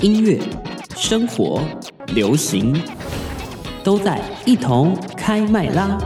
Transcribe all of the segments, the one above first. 音乐、生活、流行，都在一同开麦啦！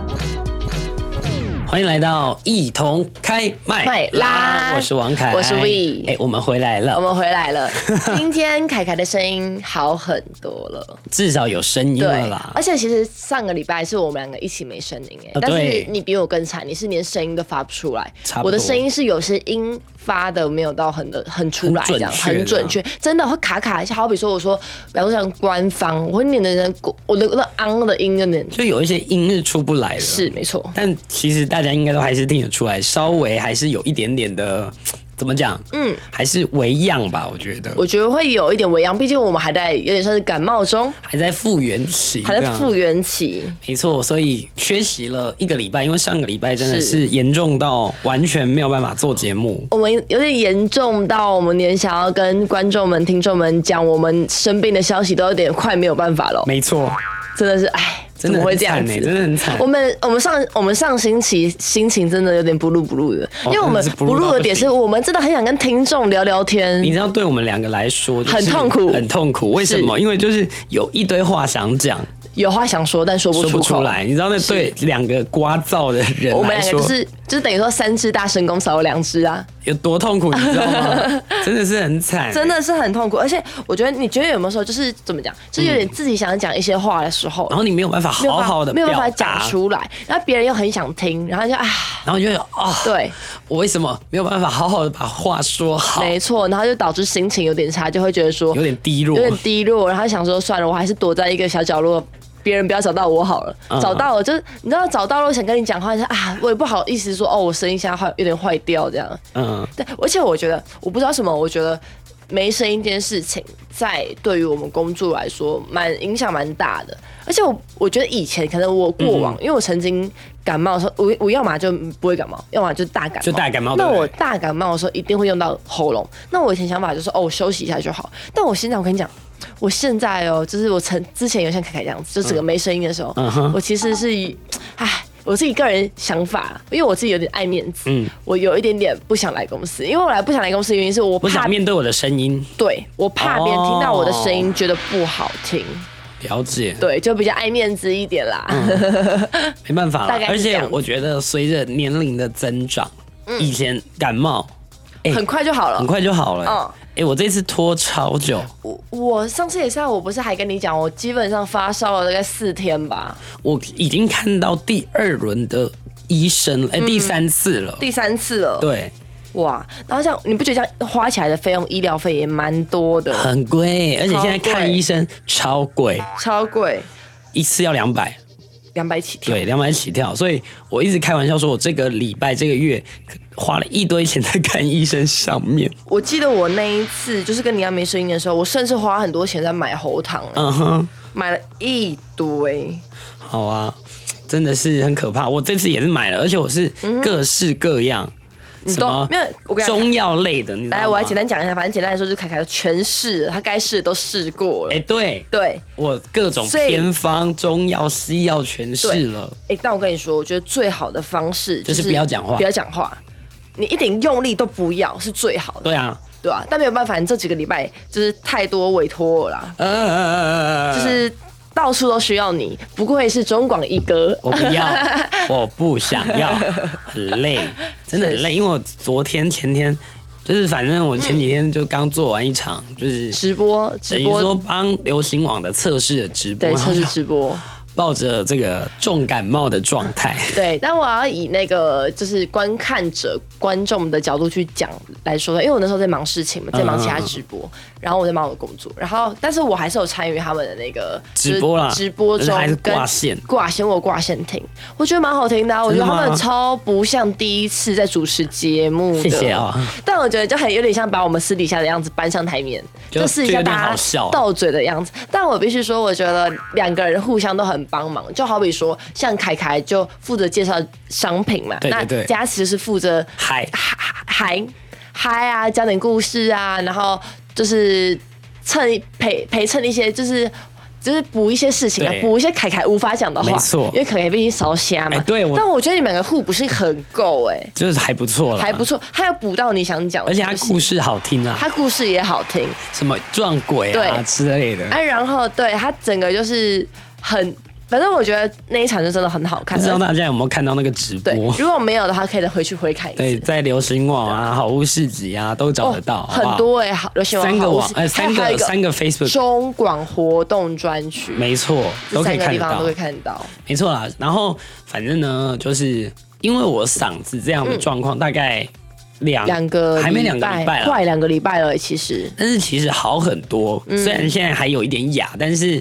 欢迎来到一同开麦麦啦我是王凯，我是 We 哎、我们回来我了，们回 来了，今天凯凯的声音好很多了，至少有声音对了啦，而。且其实上个礼拜是我们两个一起没声音哎、呃但对是你比我更惨，你是连声音都发不出来差不，多我的声音是有些音发的没有到很的很出来这样，很很准准确确，真的会卡卡一下。好比说我说，比方说像官方，我会念的人，我的那个昂的音有点就有一些音是出不来了，是没错，但其实大家应该都还是听得出来，稍微还是有一点点的，怎么讲？嗯，还是微恙吧，我觉得我觉得会有一点微恙，毕竟我们还在有点像是感冒中，还在复原期，还这在样复原期。没错，所以缺席了一个礼拜，因为上个礼拜真的是是严重到完全没有办法做节目。我们有点严重到我们连想要跟观众们、听众们讲我们生病的消息都有点快没有办法了，没错，真的是哎，真怎的么会很这样惨子？欸，真的很惨我。们我们上我们上星期心情真的有点不露不露的，因为我们哦真的是不不入到露不的点行是我们真的很想跟听众聊聊你天，知道，对我们两个来说就是很痛苦很痛苦。为什么？因为就是有一堆话想讲，有话想说但说不说出不出口。来。你知道，那对两个聒噪的人我们来两个说，就是就是等于说三只大神功少了两只啊，有多痛苦，你知道 吗？真的是很惨，真的是很痛苦。而且我觉得你觉得有没有时候就是怎么讲，就嗯是有点自己想讲一些话的时候，然后你没有办法没有好办法好的没有表办法达讲，出来，然后别人又很想听，然后就啊，然后就有啊，对，我为什么没有办法好好的把话说好，没错，然后就导致心情有点差，就会觉得说有点低落有，点低落，然后想说算了，我还是躲在一个小角落。别人不要找到我好了，嗯找到了就是你知道找到了，我想跟你讲话，但是啊，我也不好意思说哦，我声音现在坏，有点坏掉这样。嗯，对，而且我觉得我不知道什么，我觉得没声音这件事情，在对于我们工作来说，蛮影响蛮大的。而且我我觉得以前可能我过嗯往，因为我曾经感冒的时候，我我要么就不会感冒，要么就大感冒，就大感冒那对不对我大感冒的时候一定会用到喉咙。那我以前想法就是哦，我休息一下就好。但我现在我跟你讲。我现在哦，就是我曾之前有像凯凯这样子，就整个没声音的时候，嗯哼我其实是，唉，我自己个人想法，因为我自己有点爱面子，嗯我有一点点不想来公司，因为我来不想来公司的原因是我不怕想，面对我的声音，对我怕别人听到我的声音觉得不好听，了解，对，就比较爱面子一点啦。嗯 没办法大了。概是而这且样嗯我觉得随着年龄的增长，以前感冒哎很快就好了很。快就好了、嗯哎、我这次拖超久，我我上次也是啊，我不是还跟你讲，我基本上发烧了大概四天吧，我已经看到第二轮的医生了，哎、第三次了，嗯第三次了。对，哇，然后这样你不觉得这样花起来的费用，医疗费也蛮多的，很贵，而且现在看医生 超贵，超贵，一次要两百。两百起跳。对，两百起跳，所以我一直开玩笑说，我这个礼拜这个月花了一堆钱在看医生上面。我记得我那一次就是跟你要没声音的时候，我甚至花很多钱在买喉糖，嗯哼，买了一堆。好啊，真的是很可怕。我这次也是买了，而且我是各式各样，什嗯都么没有我跟你讲中药类的，你知道吗来，我来简。单讲一下，反正简单来说，就是凯凯都全试了，他该试的都试过了。哎、对对，我各种所以偏方、中药、西药全试了，哎、但我跟你说，我觉得最好的方式就是不要讲话不要讲话，你一点用力都不要，是最好的，对啊，对啊？但没有办法，你这几个礼拜就是太多委托了啦，呃，就是到处都需要你，不愧是中广一哥。我不 要，我不想要，很累，真的很累。因为我昨天、前天，就是反正我前几天就刚做完一场，就是嗯直播等直于说播帮流行网的测试的直播，对然后测试就直播抱着这个重感冒的状 态。对，但我要以那个就是观看者、观众的角度去讲来说的，因为我那时候在忙事情嘛，在忙嗯其他直播，然后我在忙我的工作，然后但是我还是有参与他们的那个直播啦就是直播但是中还是跟挂线挂线我有挂线听，我觉得蛮好听的、啊，我觉得真的他吗们超不像第一次在主持节目的，谢谢啊但我觉得就很有点像把我们私底下的样子搬上台面，就就私就底有下点好大笑啊家斗嘴的样子。但我必须说，我觉得两个人互相都很帮忙，就好比说像凯凯就负责介绍商品嘛，对对对那佳琪就是负责嗨，嗨嗨嗨啊，讲点故事啊，然后就是蹭陪陪衬一些就是。就是补一些事情啊，对补一些凯凯无法讲的话，没错因为凯凯毕竟烧瞎嘛。哎对我但我觉得你们两个互补是很够哎、就是还不错了，还不，错，他有补到你想讲的而东西，且他故事好听啊，他故事也好听，什么撞鬼啊对之类的。哎、然后对他整个就是很，反正我觉得那一场就真的很好看不。知道大家有没有看到那个直对，播？如果没有的话，可以回去回看一对，次。哦在流行网啊、好物市集啊都找得到，好不好很多哎、好，流行网三个好网物，呃，是三还有个一个三个 Facebook，中广活动专区，没错，这都可三以个看地得方到都，会看得到。没错啦。然后反正呢，就是因为我嗓子这样的状况，大概两嗯两个啊还没两个礼拜啦，快两个礼拜了欸，其实但是其实好很多，嗯虽然现在还有一点哑，但是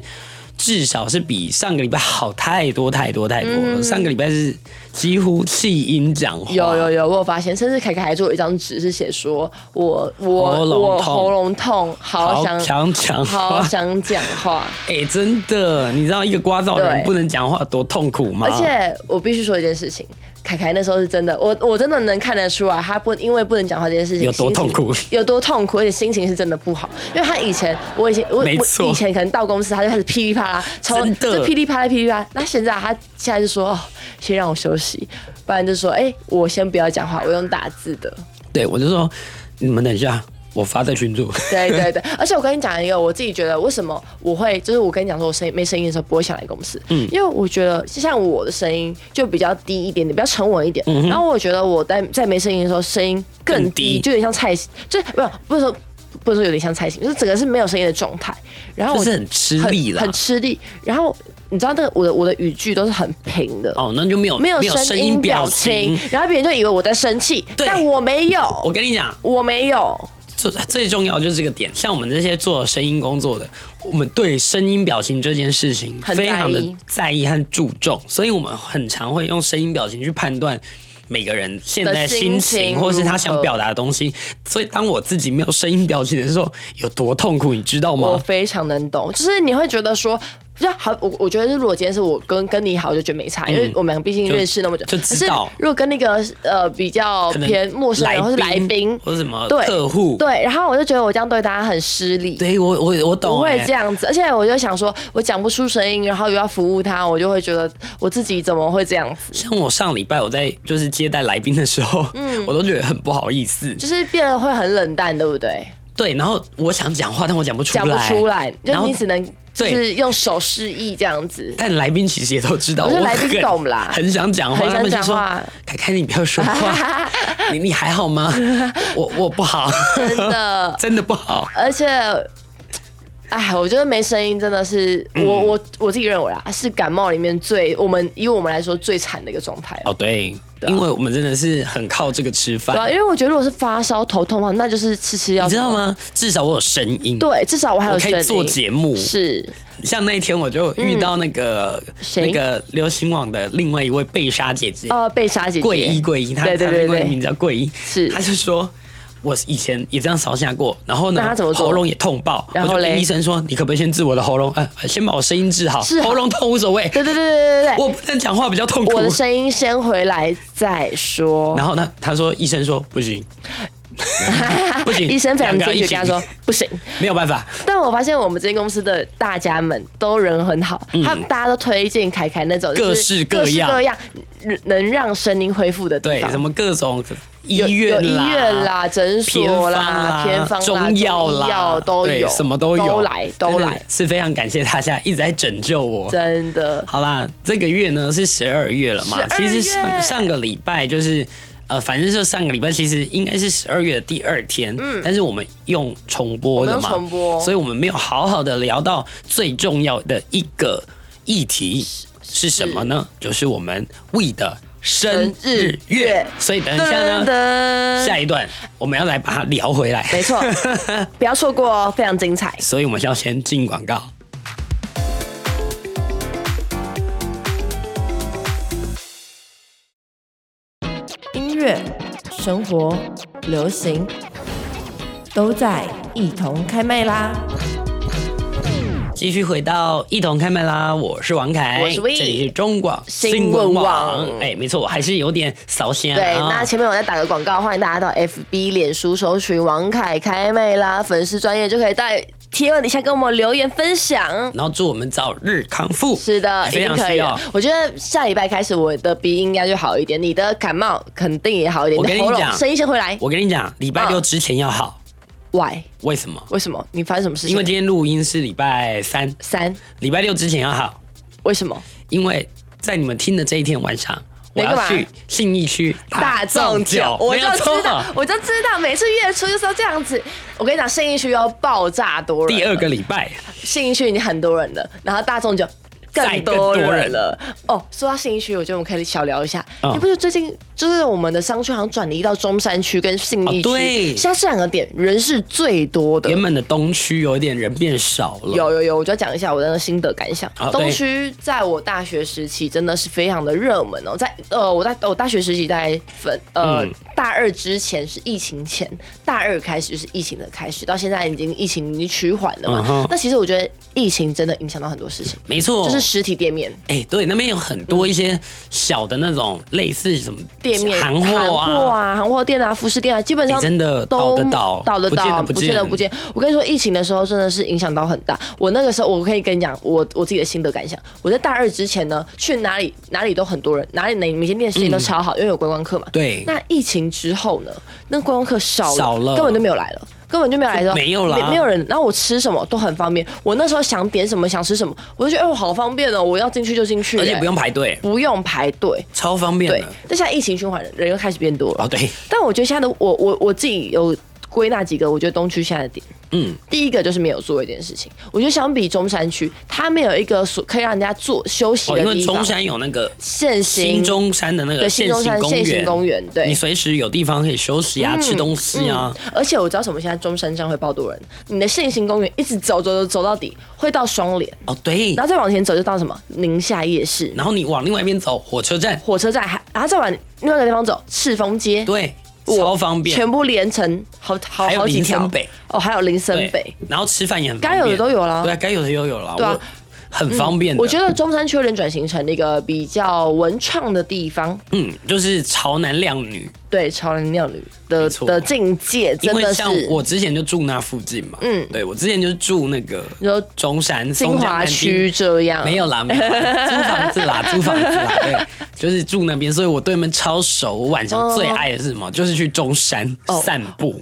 至少是比上个礼拜好太多太多太多了。上个礼拜是几乎弃音讲话，嗯有有有，我有发现，甚至凯凯还做了一张纸，是写说我我喉咙我痛喉咙痛，好好想想讲好话，想讲话。 哎、真的，你知道一个聒噪人对不能讲话多痛苦吗？而且我必须说一件事情，凯凯那时候是真的，我我真的能看得出来，他不因为不能讲话这件事情有多心情痛苦 有多痛苦，而且心情是真的不好。因为他以前，我以前我没错我以前可能到公司他就开始噼里啪啦，超真的就噼里啪啦噼里啪啦。那现在他现在就说，哦，先让我休息，不然就说，哎、我先不要讲话，我用打字的。对我就说，你们等一下，我发在群组。 对对对，而且我跟你讲一个，我自己觉得为什么我会，就是我跟你讲说我声音没声音的时候不会想来公司，嗯，因为我觉得就像我的声音就比较低一点点，比较沉稳一点，然后我觉得我在在没声音的时候声音更嗯低，更低就有点像蔡，就是不是不是说不是说有点像蔡琴，就是整个是没有声音的状态，然后我就是很吃力啦很很吃力，然后你知道那个我的我的语句都是很平的，哦，那就没有没有声声音表情情。，然后别人就以为我在生气，对但我没有，我跟你讲，我没有。最最重要就是这个点，像我们这些做声音工作的，我们对声音表情这件事情很在非意常的在意和注重，所以我们很常会用声音表情去判断。每个人现在的心心情情，或是他想如何表达的东西，所以当我自己没有声音表情的时候，有多痛苦，你知道我吗？非常能懂，就是你会觉得说，就好，我我觉得如果今天是我跟跟你好，我就觉得没差，因为我们俩毕竟认识那么久。嗯就就知道可是如果跟那个呃比较可能偏陌生人或是来宾，或是什么对呃客户，对，然后我就觉得我这样对大家很失礼。对我我我懂、欸，我会这样子，而且我就想说，我讲不出声音，然后又要服务他，我就会觉得我自己怎么会这样子，像我上礼拜我在就是接待来宾的时候，嗯我都觉得很不好意思。就是变得会很冷淡，对不对？对，然后我想讲话，但我讲不出来，讲不出来，然就后你只能就对是用手示意这样子。但来宾其实也都知道，我觉得来宾很懂啦很想讲话，很想他们就讲说话：“凯凯，你不要说 话，你你还好吗？我我不好，真的真的不好。而且，哎，我觉得没声音真的是、嗯我我我自己认为啊，是感冒里面最我们以我们来说最惨的一个状态”了。啊哦，对，因为我们真的是很靠这个吃对啊，饭，因为我觉得如果是发烧、头痛的话，那就是吃吃药，你知道？吗？至少我有声音，对，至少我还我有可声音以做节目。是像那一天我就遇到那个嗯谁那个流行网的另外一位贝莎姐姐，呃，被莎姐姐桂一桂一，她对她对另对外一个对名，字叫桂一，是她就说。我以前也这样烧下过，然后呢，那她怎么做喉咙也痛爆，然后我就跟嘞医生说，你可不可以先治我的喉咙？呃，先把我声音治好，治好喉咙痛无所 谓，对对对对对对我不能讲话比较痛苦对，我。的声音先回来再说。然后呢，他说医生说不 行，不行，医生非常两个坚一决起跟他说 不行。没有办法，但我发现我们这间公司的大家们都人很好，他们大家都推荐凯凯那种嗯各式各各样各样能让声音恢复的地对，方，什么各种医有有院医啦，院啦、诊偏所方啦、啦、偏方啦、中药中啦药，都对有，什么都有，都来都真的来，是非常感谢大家一直在拯救我。真的好啦，这个月呢是十二月了嘛？ 12其月实上上个礼拜就是，呃，反正就上个礼拜其实应该是十二月的第二天，嗯，但是我们用重播的嘛，我们用重播所以我们没有好好的聊到最重要的一个议题是什么呢？就是我们 We 的生日生日月所以等一下呢，呢下一段我们要来把它聊回来，没 错，不要错过哦，非常精彩。所以我们要先进广告。音乐、生活、流行，都在一同开麦啦！继续回到一同开麦啦，我是王凯，我是 We 这里是中广新闻网哎，没错，我还是有点扫兴啊。对，那前面我再打个广告，欢迎大家到 FB、脸书搜寻王凯开妹啦，粉丝专业就可以带贴文底下跟我们留言分享。然后祝我们早日康复。是的，一哎非定常可需以要的。。我觉得下礼拜开始，我的鼻音应该就好一点，你的感冒肯定也好一点，我跟你你的喉咙讲声音先回来。我跟你讲，礼拜六嗯之前要好， Why？为什么？为什么？你发生什么事情？因为今天录音是礼拜三，三，礼拜六之前要好，为什么？因为在你们听的这一天晚上，我你干要嘛去信义区大众酒，我没就有错知道，我就知道，每次月初就是要这样子。我跟你讲，信义区要爆炸多人，第二个礼拜，信义区已经很多人了，然后大众酒更多再更多人人了。哦，说到信义区，我觉得我们可以小聊一下。嗯你不觉得最近就是我们的商圈好像转移到中山区跟信义区，哦对现在这两个点人是最多的。原本的东区有一点人变少了，有有有，我就要讲一下我的那个心得感想。好对东区在我大学时期真的是非常的热门哦，在呃我在我大学时期在分呃、嗯大二之前是疫情前，大二开始就是疫情的开始，到现在已经疫情已经趋缓了嘛嗯。哼那其实我觉得疫情真的影响到很多事情，没错，就是实体店面。哎、对，那边有很多一些小的那种类似什么嗯店面、行货啊，韩货啊、韩货店啊、服饰店啊，基本上哎真的都倒得倒倒得不见倒，得不不见得见不见。我跟你说，疫情的时候真的是影响到很大。我那个时候，我可以跟你讲，我我自己的心得感想。我在大二之前呢，去哪里哪里都很多人，哪里哪每间店生意都超好，因为有观光客嘛。嗯对那疫情之后呢，那观光客少了，少了根本就没有来了。根本就没有来的，没有啦没没有人。然后我吃什么都很方便，我那时候想点什么想吃什么，我就觉得哎、我好方便哦，我要进去就进去、而且哎不用排队，不用排队，超方便对的。，但现在疫情循环，人又开始变多了。哦，对，但我觉得现在的我，我我自己有归纳几个，我觉得东区现在的点，嗯，第一个就是没有做一件事情。我觉得相比中山区，它没有一个所可以让人家做休息哦，的因地方。为中山有那个现行新中山的那对个新现中行山公现行园，公园，对你。随时有地方可以休息啊，吃东西啊。嗯而且我知道什么，现在中山站会爆多人。你的现行公园一直走走走走到底，会到双连，哦，对然，后再往前走就到什么宁夏夜市、然后你往另外一边走，火车站，火车站，还然后再往另外一个地方走赤峰街，对，我超方便。全部连成好好还有好几林森条北哦，还有林森对北，，然后吃饭也很方该便，有的都有啦对啊，该有的都有了，对啊我很方便的。我觉得中山区人转型成一个比较文创的地方，嗯，就是潮男靓女，对潮人靓女的没错的境界因真为的像是。我之前就住那附近嘛，嗯嗯，对我之前就住那个你说中山金华区，这样松江南京没有啦，没有 啦租房子啦，租房子啦，对，就是住那边，所以我对你们超熟。我晚上最爱的是什么？就是去中山哦散步，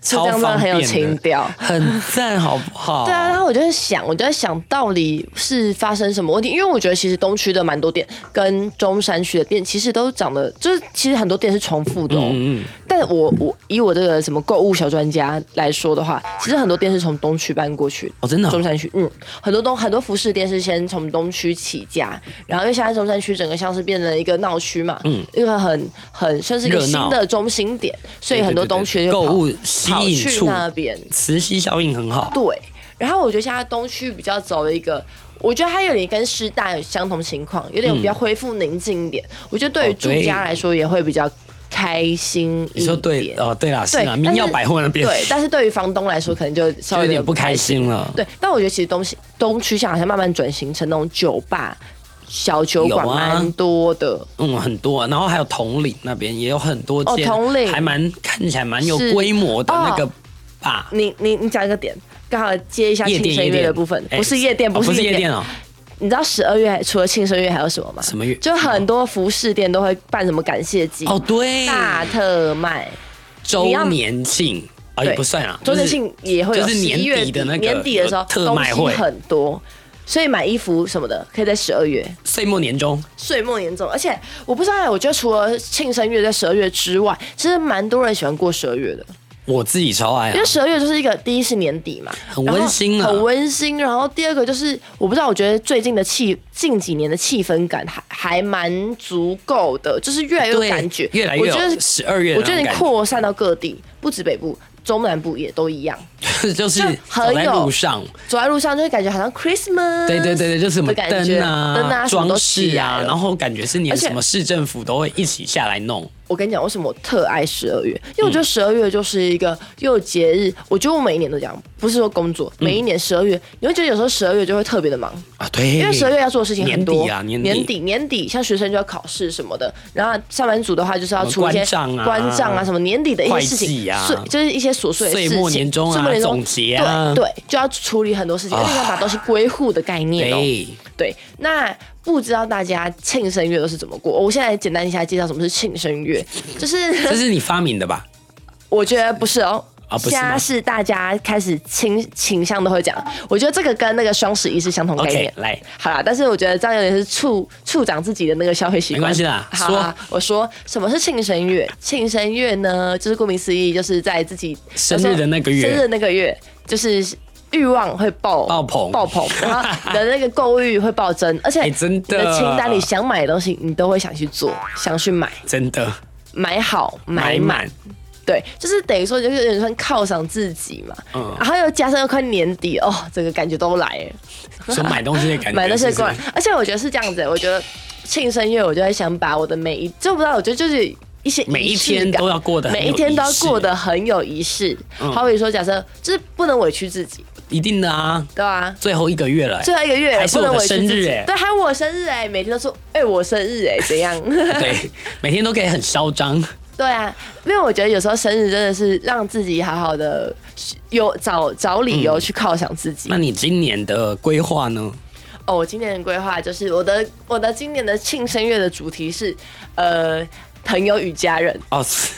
这样真的很有情调。很赞，好不好？对啊，然后我就在想，我就在想到底是发生什么问题，因为我觉得其实东区的蛮多店跟中山区的店其实都长得，就是其实很多店是重复的、哦。嗯，嗯嗯，但我我以我这个什么购物小专家来说的话，其实很多店是从东区搬过去的哦，真的哦中山区，嗯，很多东很多服饰店是先从东区起家，然后因为现在中山区整个像是变成一个闹区嘛，嗯，一个很很算是一个热闹新的中心点，所以很多东区就跑购物吸跑引去处，那边，磁吸效应很好。对，然后我觉得现在东区比较走了一个，我觉得它有点跟师大有相同情况，有点比较恢复宁静一点。我觉得对于哦住对家来说也会比较开心一点。你说对哦，对啦，是对，啦，但民耀百货那边对，但是对于房东来说，可能就稍微有点不开。心了。对，但我觉得其实东西东区现在好像慢慢转型成那种酒吧、小酒馆有啊蛮多的，嗯，很多、啊，然后还有统领那边也有很多间，哦统领哦还蛮看起来蛮有是规模的那个吧。你你你讲一个点，刚好接一下夜轻店声夜乐店的部分，不是夜店，哦不不是夜夜店。店哦，你知道十二月除了庆生月还有什么吗？什么月就很多服饰店都会办什么感谢祭哦对，大特卖，周你要年庆啊对也不算啊，周年庆也会有就是11月年底的那个年底的时候有特卖东会西很多，所以买衣服什么的可以在十二月。就是岁末年终，岁末年终，而且我不知道，我觉得除了庆生月在十二月之外，其实蛮多人喜欢过十二月的，我自己超爱、因啊为，十二月就是一个第一是年底嘛，很然后温馨啊很温馨。然后第二个就是，我不知道，我觉得最近的气近几年的气氛感还还蛮足够的，就是越来越有对感觉，越来越有我觉得十二月的我觉得那你种感觉扩散到各地，不止北部，中南部也都一样。 就是就很走在有路上，走在路上就会感觉好像 Christmas，对对对对，就是什么嗯的感觉灯啊、灯啊什么都装起饰来啊，了然后感觉是而连且什么市政府都会一起下来弄，我跟你讲，为什么我特爱十二月？嗯因为我觉得十二月就是一个又有节日，我觉得我每一年都这样，不是说工作，嗯每一年十二月，你会觉得有时候十二月就会特别的忙，啊，对，因为十二月要做的事情很多年底啊年底年底年底像学生就要考试什么的，然后上班族的话就是要什么出一些关账啊关账啊什么年底的一些事会计情，啊碎就是一些琐碎的岁事情，末年终啊岁末年终总结啊对对，就要处理很多事情，啊而且要把东西归户的概念哦。对，对，那不知道大家庆生月都是怎么过？我现在简单一下介绍什么是庆生 月，就是 这是你发明的吧？我觉得不是哦。啊不是吗现在是大家开始倾倾向都会讲，我觉得这个跟那个双十一是相同概 OK，念。来好啦，但是我觉得这样有点是处处长自己的那个消费习惯。没关系啦好啊，我说什么是庆生月？庆生月呢，就是顾名思义，就是在自己生日的那个月生日的那个月，就是欲望会爆爆棚爆 棚，然后你的那个购欲会暴增，而且哎真的你的清单里想买的东西，你都会想去做，想去买，真的买好买满。满，对，就是等于说就是有点算犒赏自己嘛，嗯然后又加上又快年底哦，整个感觉都来 了。说买东西的感觉， 买那些是不过来是。而且我觉得是这样子，我觉得庆生月，我就会想把我的每一，就不知道，我觉得就是一些每一仪式天感都要过得很有每一天都要仪式嗯过得很有仪式。好比说，假设就是不能委屈自己，一定的啊，对啊。最后一个月了欸、最后一个月还是不我的能委屈自生日己，欸对，还有我生日哎、每天都说哎、我生日哎、怎样？ 对，每天都可以很嚣张，对啊，因为我觉得有时候生日真的是让自己好好的有找找理嗯由去犒赏自己。那你今年的规划呢？哦，我今年的规划就是我的我的今年的庆生月的主题是，呃，朋友与家人。哦， 是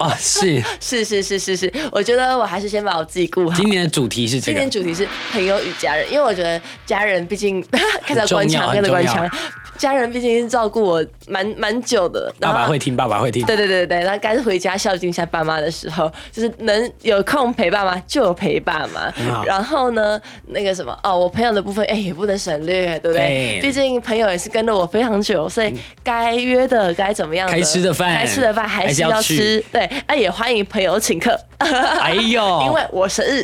哦，是是是是是是，我觉得我还是先把我自己顾好今。年的主题是这今年个，主题是朋友与家人，因为我觉得家人毕竟 开始要关很重要腔，开始关腔很，家人毕竟照顾我蛮蛮久的，然爸后爸会听，爸爸会听。啊对对对对，那该回家孝敬一下爸妈的时候，就是能有空陪爸妈就陪爸妈好。然后呢，那个什么哦，我朋友的部分哎、也不能省略，对不对对？毕竟朋友也是跟了我非常久，所以该约的该怎么样的，该吃的饭该吃的饭还还是是要要去吃。对，那、也欢迎朋友请客，哎呦， 因为我生日。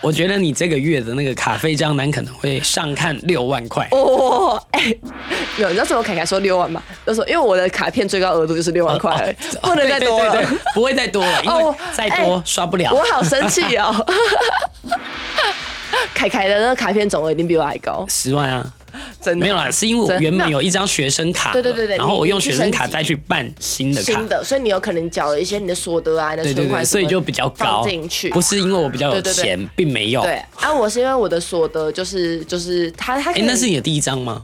我觉得你这个月的那个卡费账单可能会上看六万块。哦，哎、没有，你知道怎么凯凯说六万吗？就说因为我的卡片最高额度就是六万块而已，不能再多了。哦对对对对不会再多了，因为 哦再多哎刷不了。我好生气哦！ 凯凯的那个卡片总额一定比我还高，十万啊，真的没有啦，是因为我真的原本没有一张学生卡，对对对对然后我用学生卡你你去升级再去办新的卡新，的，所以你有可能缴了一些你的所得啊、你的对对存款对，什么所以就比较高放进去，不是因哦为我比较有对对对钱，并没有。对啊，我是因为我的所得就是就是他他哎，可能那是你的第一张吗？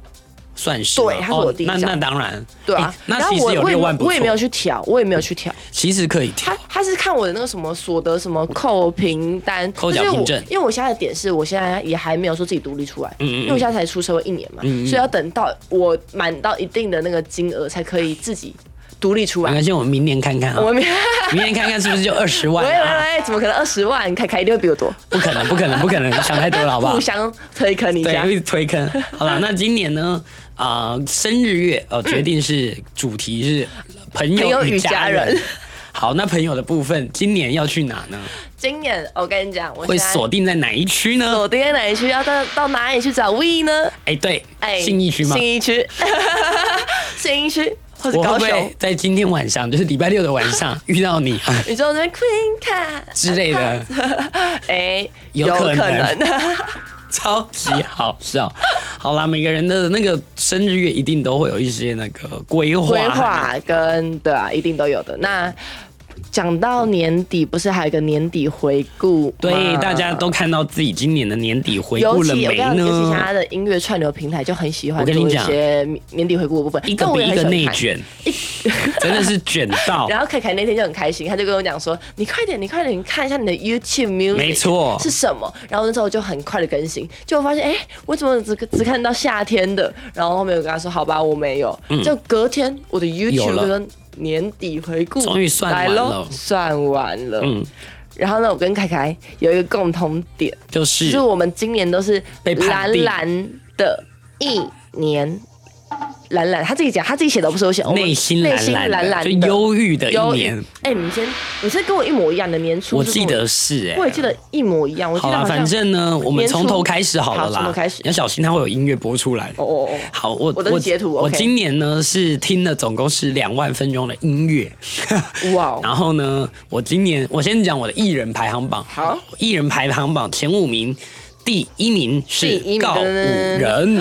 算是吗对它是哦我第一张那那当然，对啊哎，然那后其我实有我也六万不错，我也没有去调，我也没有去调，其实可以调他，他是看我的那个什么所得什么扣凭单，扣就是缴我凭证因为我现在的点是我现在也还没有说自己独立出来，嗯嗯因为我现在才出社会一年嘛，嗯嗯所以要等到我满到一定的那个金额才可以自己独立出没来。关系，我们明年看看啊 我，明，明年看看是不是就二十万 喂喂啊？喂，怎么可能二十万？凯凯一定会比我多，不可能，不可能，不可能，想太多了，好不好互？相推坑一对，下一。直推坑。 好了，那今年呢？啊、生日月哦、决定是主题是朋嗯朋友友与与家家人。人 好，那朋友的部分，今年要去哪呢？今年我跟你讲，我会现在锁定在哪一区呢？锁定在哪里去？要到到哪里去找 We 呢？哎、对，信义区吗信？义区， 信义区或者我会高不雄会。在今天晚上，就是礼拜六的晚上 遇到你啊宇宙那边 Queen 卡之类 的？哎、有可可能能， 超级好笑。好啦，每个人的那个生日月一定都会有一些那个规划。规划跟对啊，一定都有的。那讲到年底，不是还有一个年底回顾吗？对，大家都看到自己今年的年底回顾尤了其我没跟你讲尤其呢？他的音乐串流平台就很喜我欢跟做你一讲些年底回顾的部分，一个但我比也一很个喜欢内看。卷，真的是卷到。 然后凯凯那天就很开心，他就跟我讲说：“你快点，你快点，你看一下你的 YouTube Music，没错是什么？”然后那时候我就很快的更新，就我发现，哎，我怎么只只看到夏天的？然后后面我跟他说：“好吧，我没有。就隔天我的嗯有 YouTube 了跟年底回顾终于算完来咯了算完了。嗯，然后呢，我跟凯凯有一个共同点，就就是是我们今年都是被判蓝定蓝的一年。懒懒，他自己讲，他自己写的不是我写，我们内心内懒心懒的，懒懒就的忧郁的一忧郁年，。哎、你先，你是跟我一模一样的年初，我就是记得是哎、我也记得一模一样，我记好得啦，好像反正呢，我们年初从头开始好了啦。好从头开始你要小心，它会有音乐播出来。哦哦哦，好，我我的是截图我 OK 今年呢是听了总共是两万分钟的音乐。哇哦 然后呢，我今年我先讲我的艺人排行榜。好，艺人排行榜前五名，第一名是第一名告五人，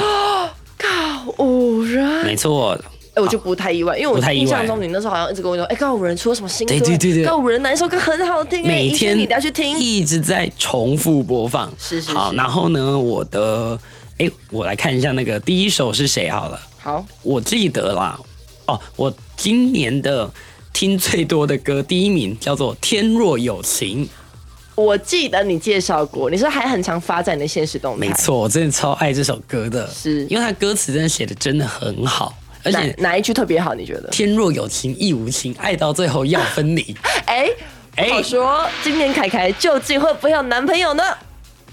告五人，没错。哎、我就不太意外，因为我不太意外印象中你那时候好像一直跟我说，哎、告五人出了什么新歌？对对对对告五人哪一首歌很好听、哎每一定天你都要去听。一直在重复播放。是是好，是然后呢，我的哎、我来看一下那个第一首是谁好了。好，我记得啦，哦，我今年的听最多的歌第一名叫做《天若有情》，我记得你介绍过，你说还很常发在你的现实动态，没，错，我真的超爱这首歌的，是因为它歌词真的写的真的很好，而哪且哪一句特别好？你觉“得？天若有情亦无情，爱到最后要分离 哎、哎不好说，今年凯凯究竟会不会有男朋友呢？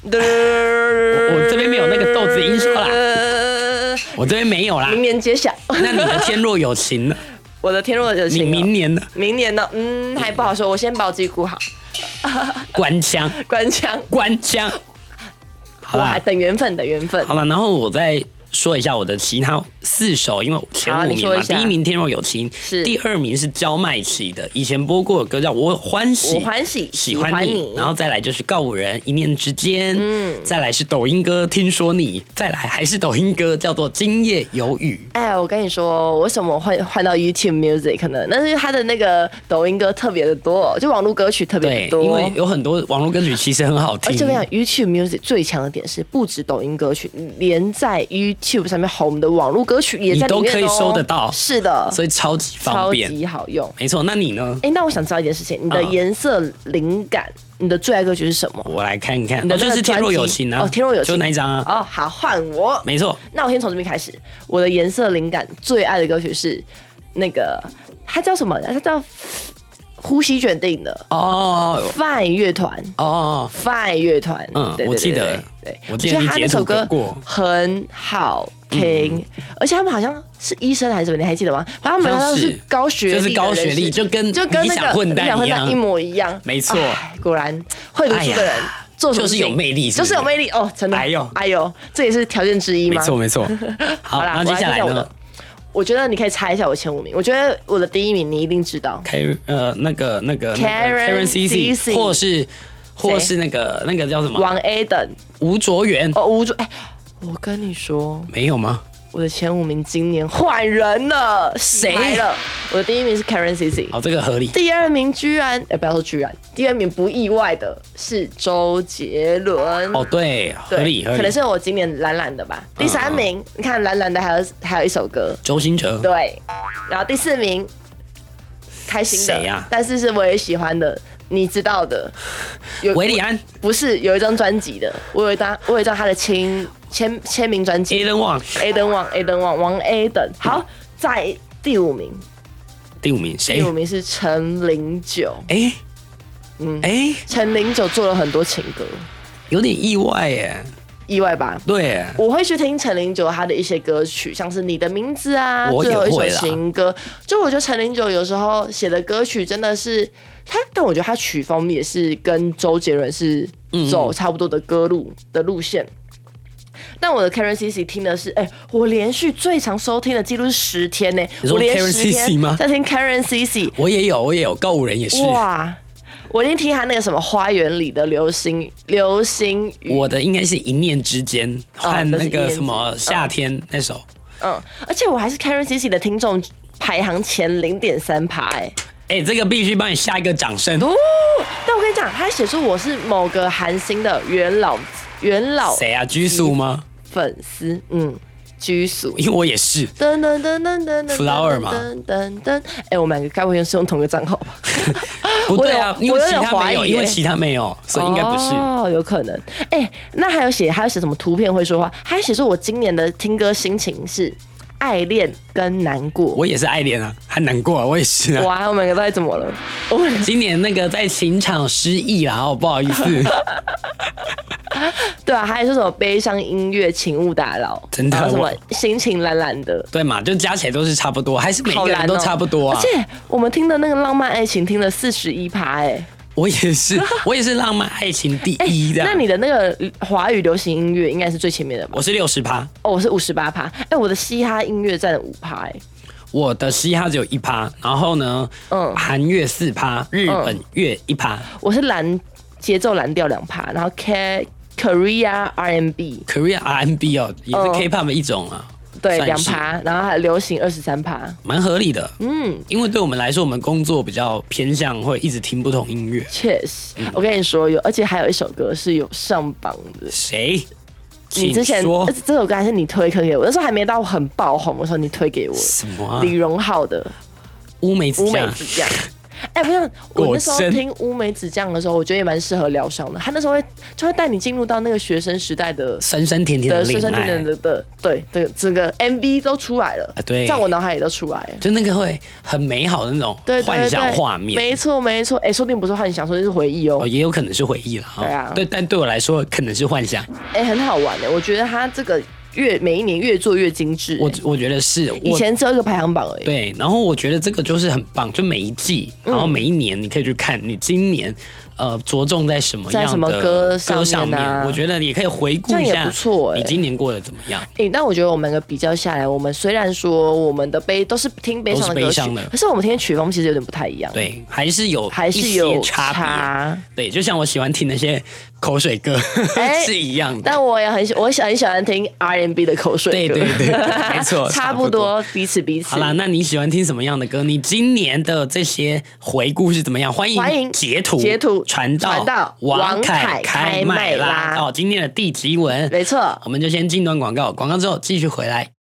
我我这边没有那个豆子音效啦啦，”，我这边没有 啦。明年揭晓。那你的《天若有情》呢？我的天若有你情、明年呢？明年呢？嗯，还不好说，我先把我自己顾好，关腔，关枪，关腔。好我啦还，等缘分，等缘分好。了，然后我再说一下我的其他四首，因为我前好五你名说嘛，一下第一名《天若有情》，是第二名是焦麦琪的，以前播过的歌叫《我欢喜》，我欢喜喜欢喜你，欢你然后再来就是告五人《一念之间》，嗯，再来是抖音歌《听说你》，再来还是抖音歌叫做《今夜有雨哎，我跟你说，为什么我换换到 YouTube Music 呢？那是他的那个抖音歌特别的多，就网络歌曲特》，别对的，多。因为有很多网络歌曲其实很好而听且，我想 YouTube Music 最强的点是，不止抖音歌曲，连在 YouTube 上面红的网络歌曲也在里面、哦、你都可以搜得到是的，所以超级方超便。级好用。没错，那你呢？哎、那我想知道一件事情，你的嗯颜色灵感，你的最爱歌曲是什么？我来看一看，你哦的就那个是《天专若辑有情》啊，哦天若有情就那一张啊，哦，好，换我。没错，那我先从这边开始。我的颜色灵感最爱的歌曲是那个，它叫什么？它叫《呼吸决定》的哦 Fine 乐团。哦， Fine 乐团，嗯对对我记得对对，我记得你觉他那首截歌图过嗯很好听，而且他们好像是医生还是什么，你还记得吗？反正他们好好像像是是高学历的人就士，是高学历就跟就跟理那想个混蛋理想一样一模一样，没错哎果然会读书的人哎呀做什么就是有事情魅力是不就是是有魅力哦，真的。哎呦哎呦，这也是条件之一没吗？错没 错。好，好啦那我接下来来讲我呢的？。我觉得你可以猜一下我前五名。我觉得我的第一名你一定知道， Karen 呃那个那个那个 Karen CC， CC 或是或是那个那个叫什么王 A 等吴卓源，哦，吴主哎，我跟你说，没有吗？我的前五名今年换人了，谁了？我的第一名是 Karen CC，好，这个合理。第二名居然，哎、不要说居然，第二名不意外的是周杰伦。哦，对，合对，理嗯合可能理。是我今年懒懒的吧。第三名，你看懒懒的还有还有一首歌，周兴哲，对，然后第四名，开心的，谁啊呀但是是我也喜欢的，你知道的，有韦礼安不是有一张专辑的，我有一张我有一张他的签签签名专辑， ，Alan Wang， A 等王 A 等王王 A 等好，在第五名，第五名谁第？五名是陈零九，哎，嗯哎，陈零九做了很多情歌，有点意外耶。意外吧？对， 我会去听陈零九他的一些歌曲，像是《你的名字》啊，我也最后一会首啦情歌。就我觉得陈零九有时候写的歌曲真的是他，但我觉得他曲风也是跟周杰伦是嗯走差不多的歌路的路线。但我的 Karen CC 听的是，哎、我连续最长收听的记录是十天呢、你说我连 Karen 十 CC 天吗在听 Karen CC，我也有，我也有，告五人也是。哇！我一定听他那个什么花园里的流星流星雨，我的应该是一念之间，和哦这是那一念个之什么间夏天那首。嗯，而且我还是 Karen CC 的听众排行前零点三排。哎哎、这个必须帮你下一个掌声。哦，但我跟你讲，他还写出我是某个韩星的元老元老谁啊？居宿吗？粉丝，嗯，居属。因为我也是。噔噔噔噔噔噔 Flower 嘛噔噔噔，哎，我们两个该不会是用同一个账号吧？不对啊，我因有为我有其点他没有，怀疑因为耶其他没有，所以应该不是。哦，有可能。哎、那还有写，还有写什么图片会说话？还写说我今年的听歌心情是爱恋跟难过。我也是爱恋啊，还难过啊，我也是啊。哇，我们两个到底怎么了？我们啊 今年那个在情场失意啦，哦，不好意思。对啊，还有说什么悲伤音乐，请勿打扰，真的啊然后什么我心情懒懒的，对嘛，就加起来都是差不多，还是每好个难人哦都差不多啊。而且我们听的那个浪漫爱情听了四十一趴，哎、我也是，我也是浪漫爱情第 哎一的。那你的那个华语流行音乐应该是最前面的吧？我是六十趴，哦，我是五十八趴，哎、我的嘻哈音乐占了五趴，哎、我的嘻哈只有一趴，然后呢，嗯韩乐四趴，日本乐一趴我是蓝节奏蓝调两趴，然后 K Korea R N B ，Korea RMB 哦，也嗯是 K-pop 的一种啊，对算两是，趴，然后还有流行二十三趴，蛮合理的。嗯，因为对我们来说，我们工作比较偏向会一直听不同音乐。确实，嗯我跟你说有，而且还有一首歌是有上榜的。谁？你请之前说呃这首歌还是你推坑给我，那时候还没到很爆红的时候，你推给我什么啊李荣浩的乌梅子乌梅酱子酱。哎、不是，我那时候果真听乌梅子酱的时候，我觉得也蛮适合疗伤的。他那时候会就会带你进入到那个学生时代的酸酸甜甜的的恋深深爱点，的的，对对，整个 MV 都出来了啊，对在我脑海里都出来了。就那个会很美好的那种对对幻想对画面。没错没错，哎、说不定不是幻想，说不定是回忆哦哦，，也有可能是回忆了、哦。对啊但对我来说可能是幻想。哎、很好玩的，我觉得他这个越每一年越做越精致、我哎我觉得是以我前只有一个排行榜而已，对，然后我觉得这个就是很棒，就每一季，嗯然后每一年你可以去看你今年呃着重在什么样在的什么歌上歌上面面啊，我觉得你可以回顾这样一也下，不错哎你今年过得怎么样？诶，但我觉得我们两个比较下来，我们虽然说我们的悲都是听悲伤的歌都是曲悲伤的，可是我们听的曲风其实有点不太一样，，对，还是有还一是些有差别。差。对，就像我喜欢听那些口水歌、 哎是一样的。但我也很喜，我喜很喜欢听 R N B 的口水对歌，对对，没错， 差不不多彼此彼此。好啦，那你喜欢听什么样的歌？你今年的这些回顾是怎么样？欢迎欢迎截图截图传到传到王王凯凯开开麦麦啦啦哦，今天的第几文，没错，我们就先进段广告，广告之后继续回来。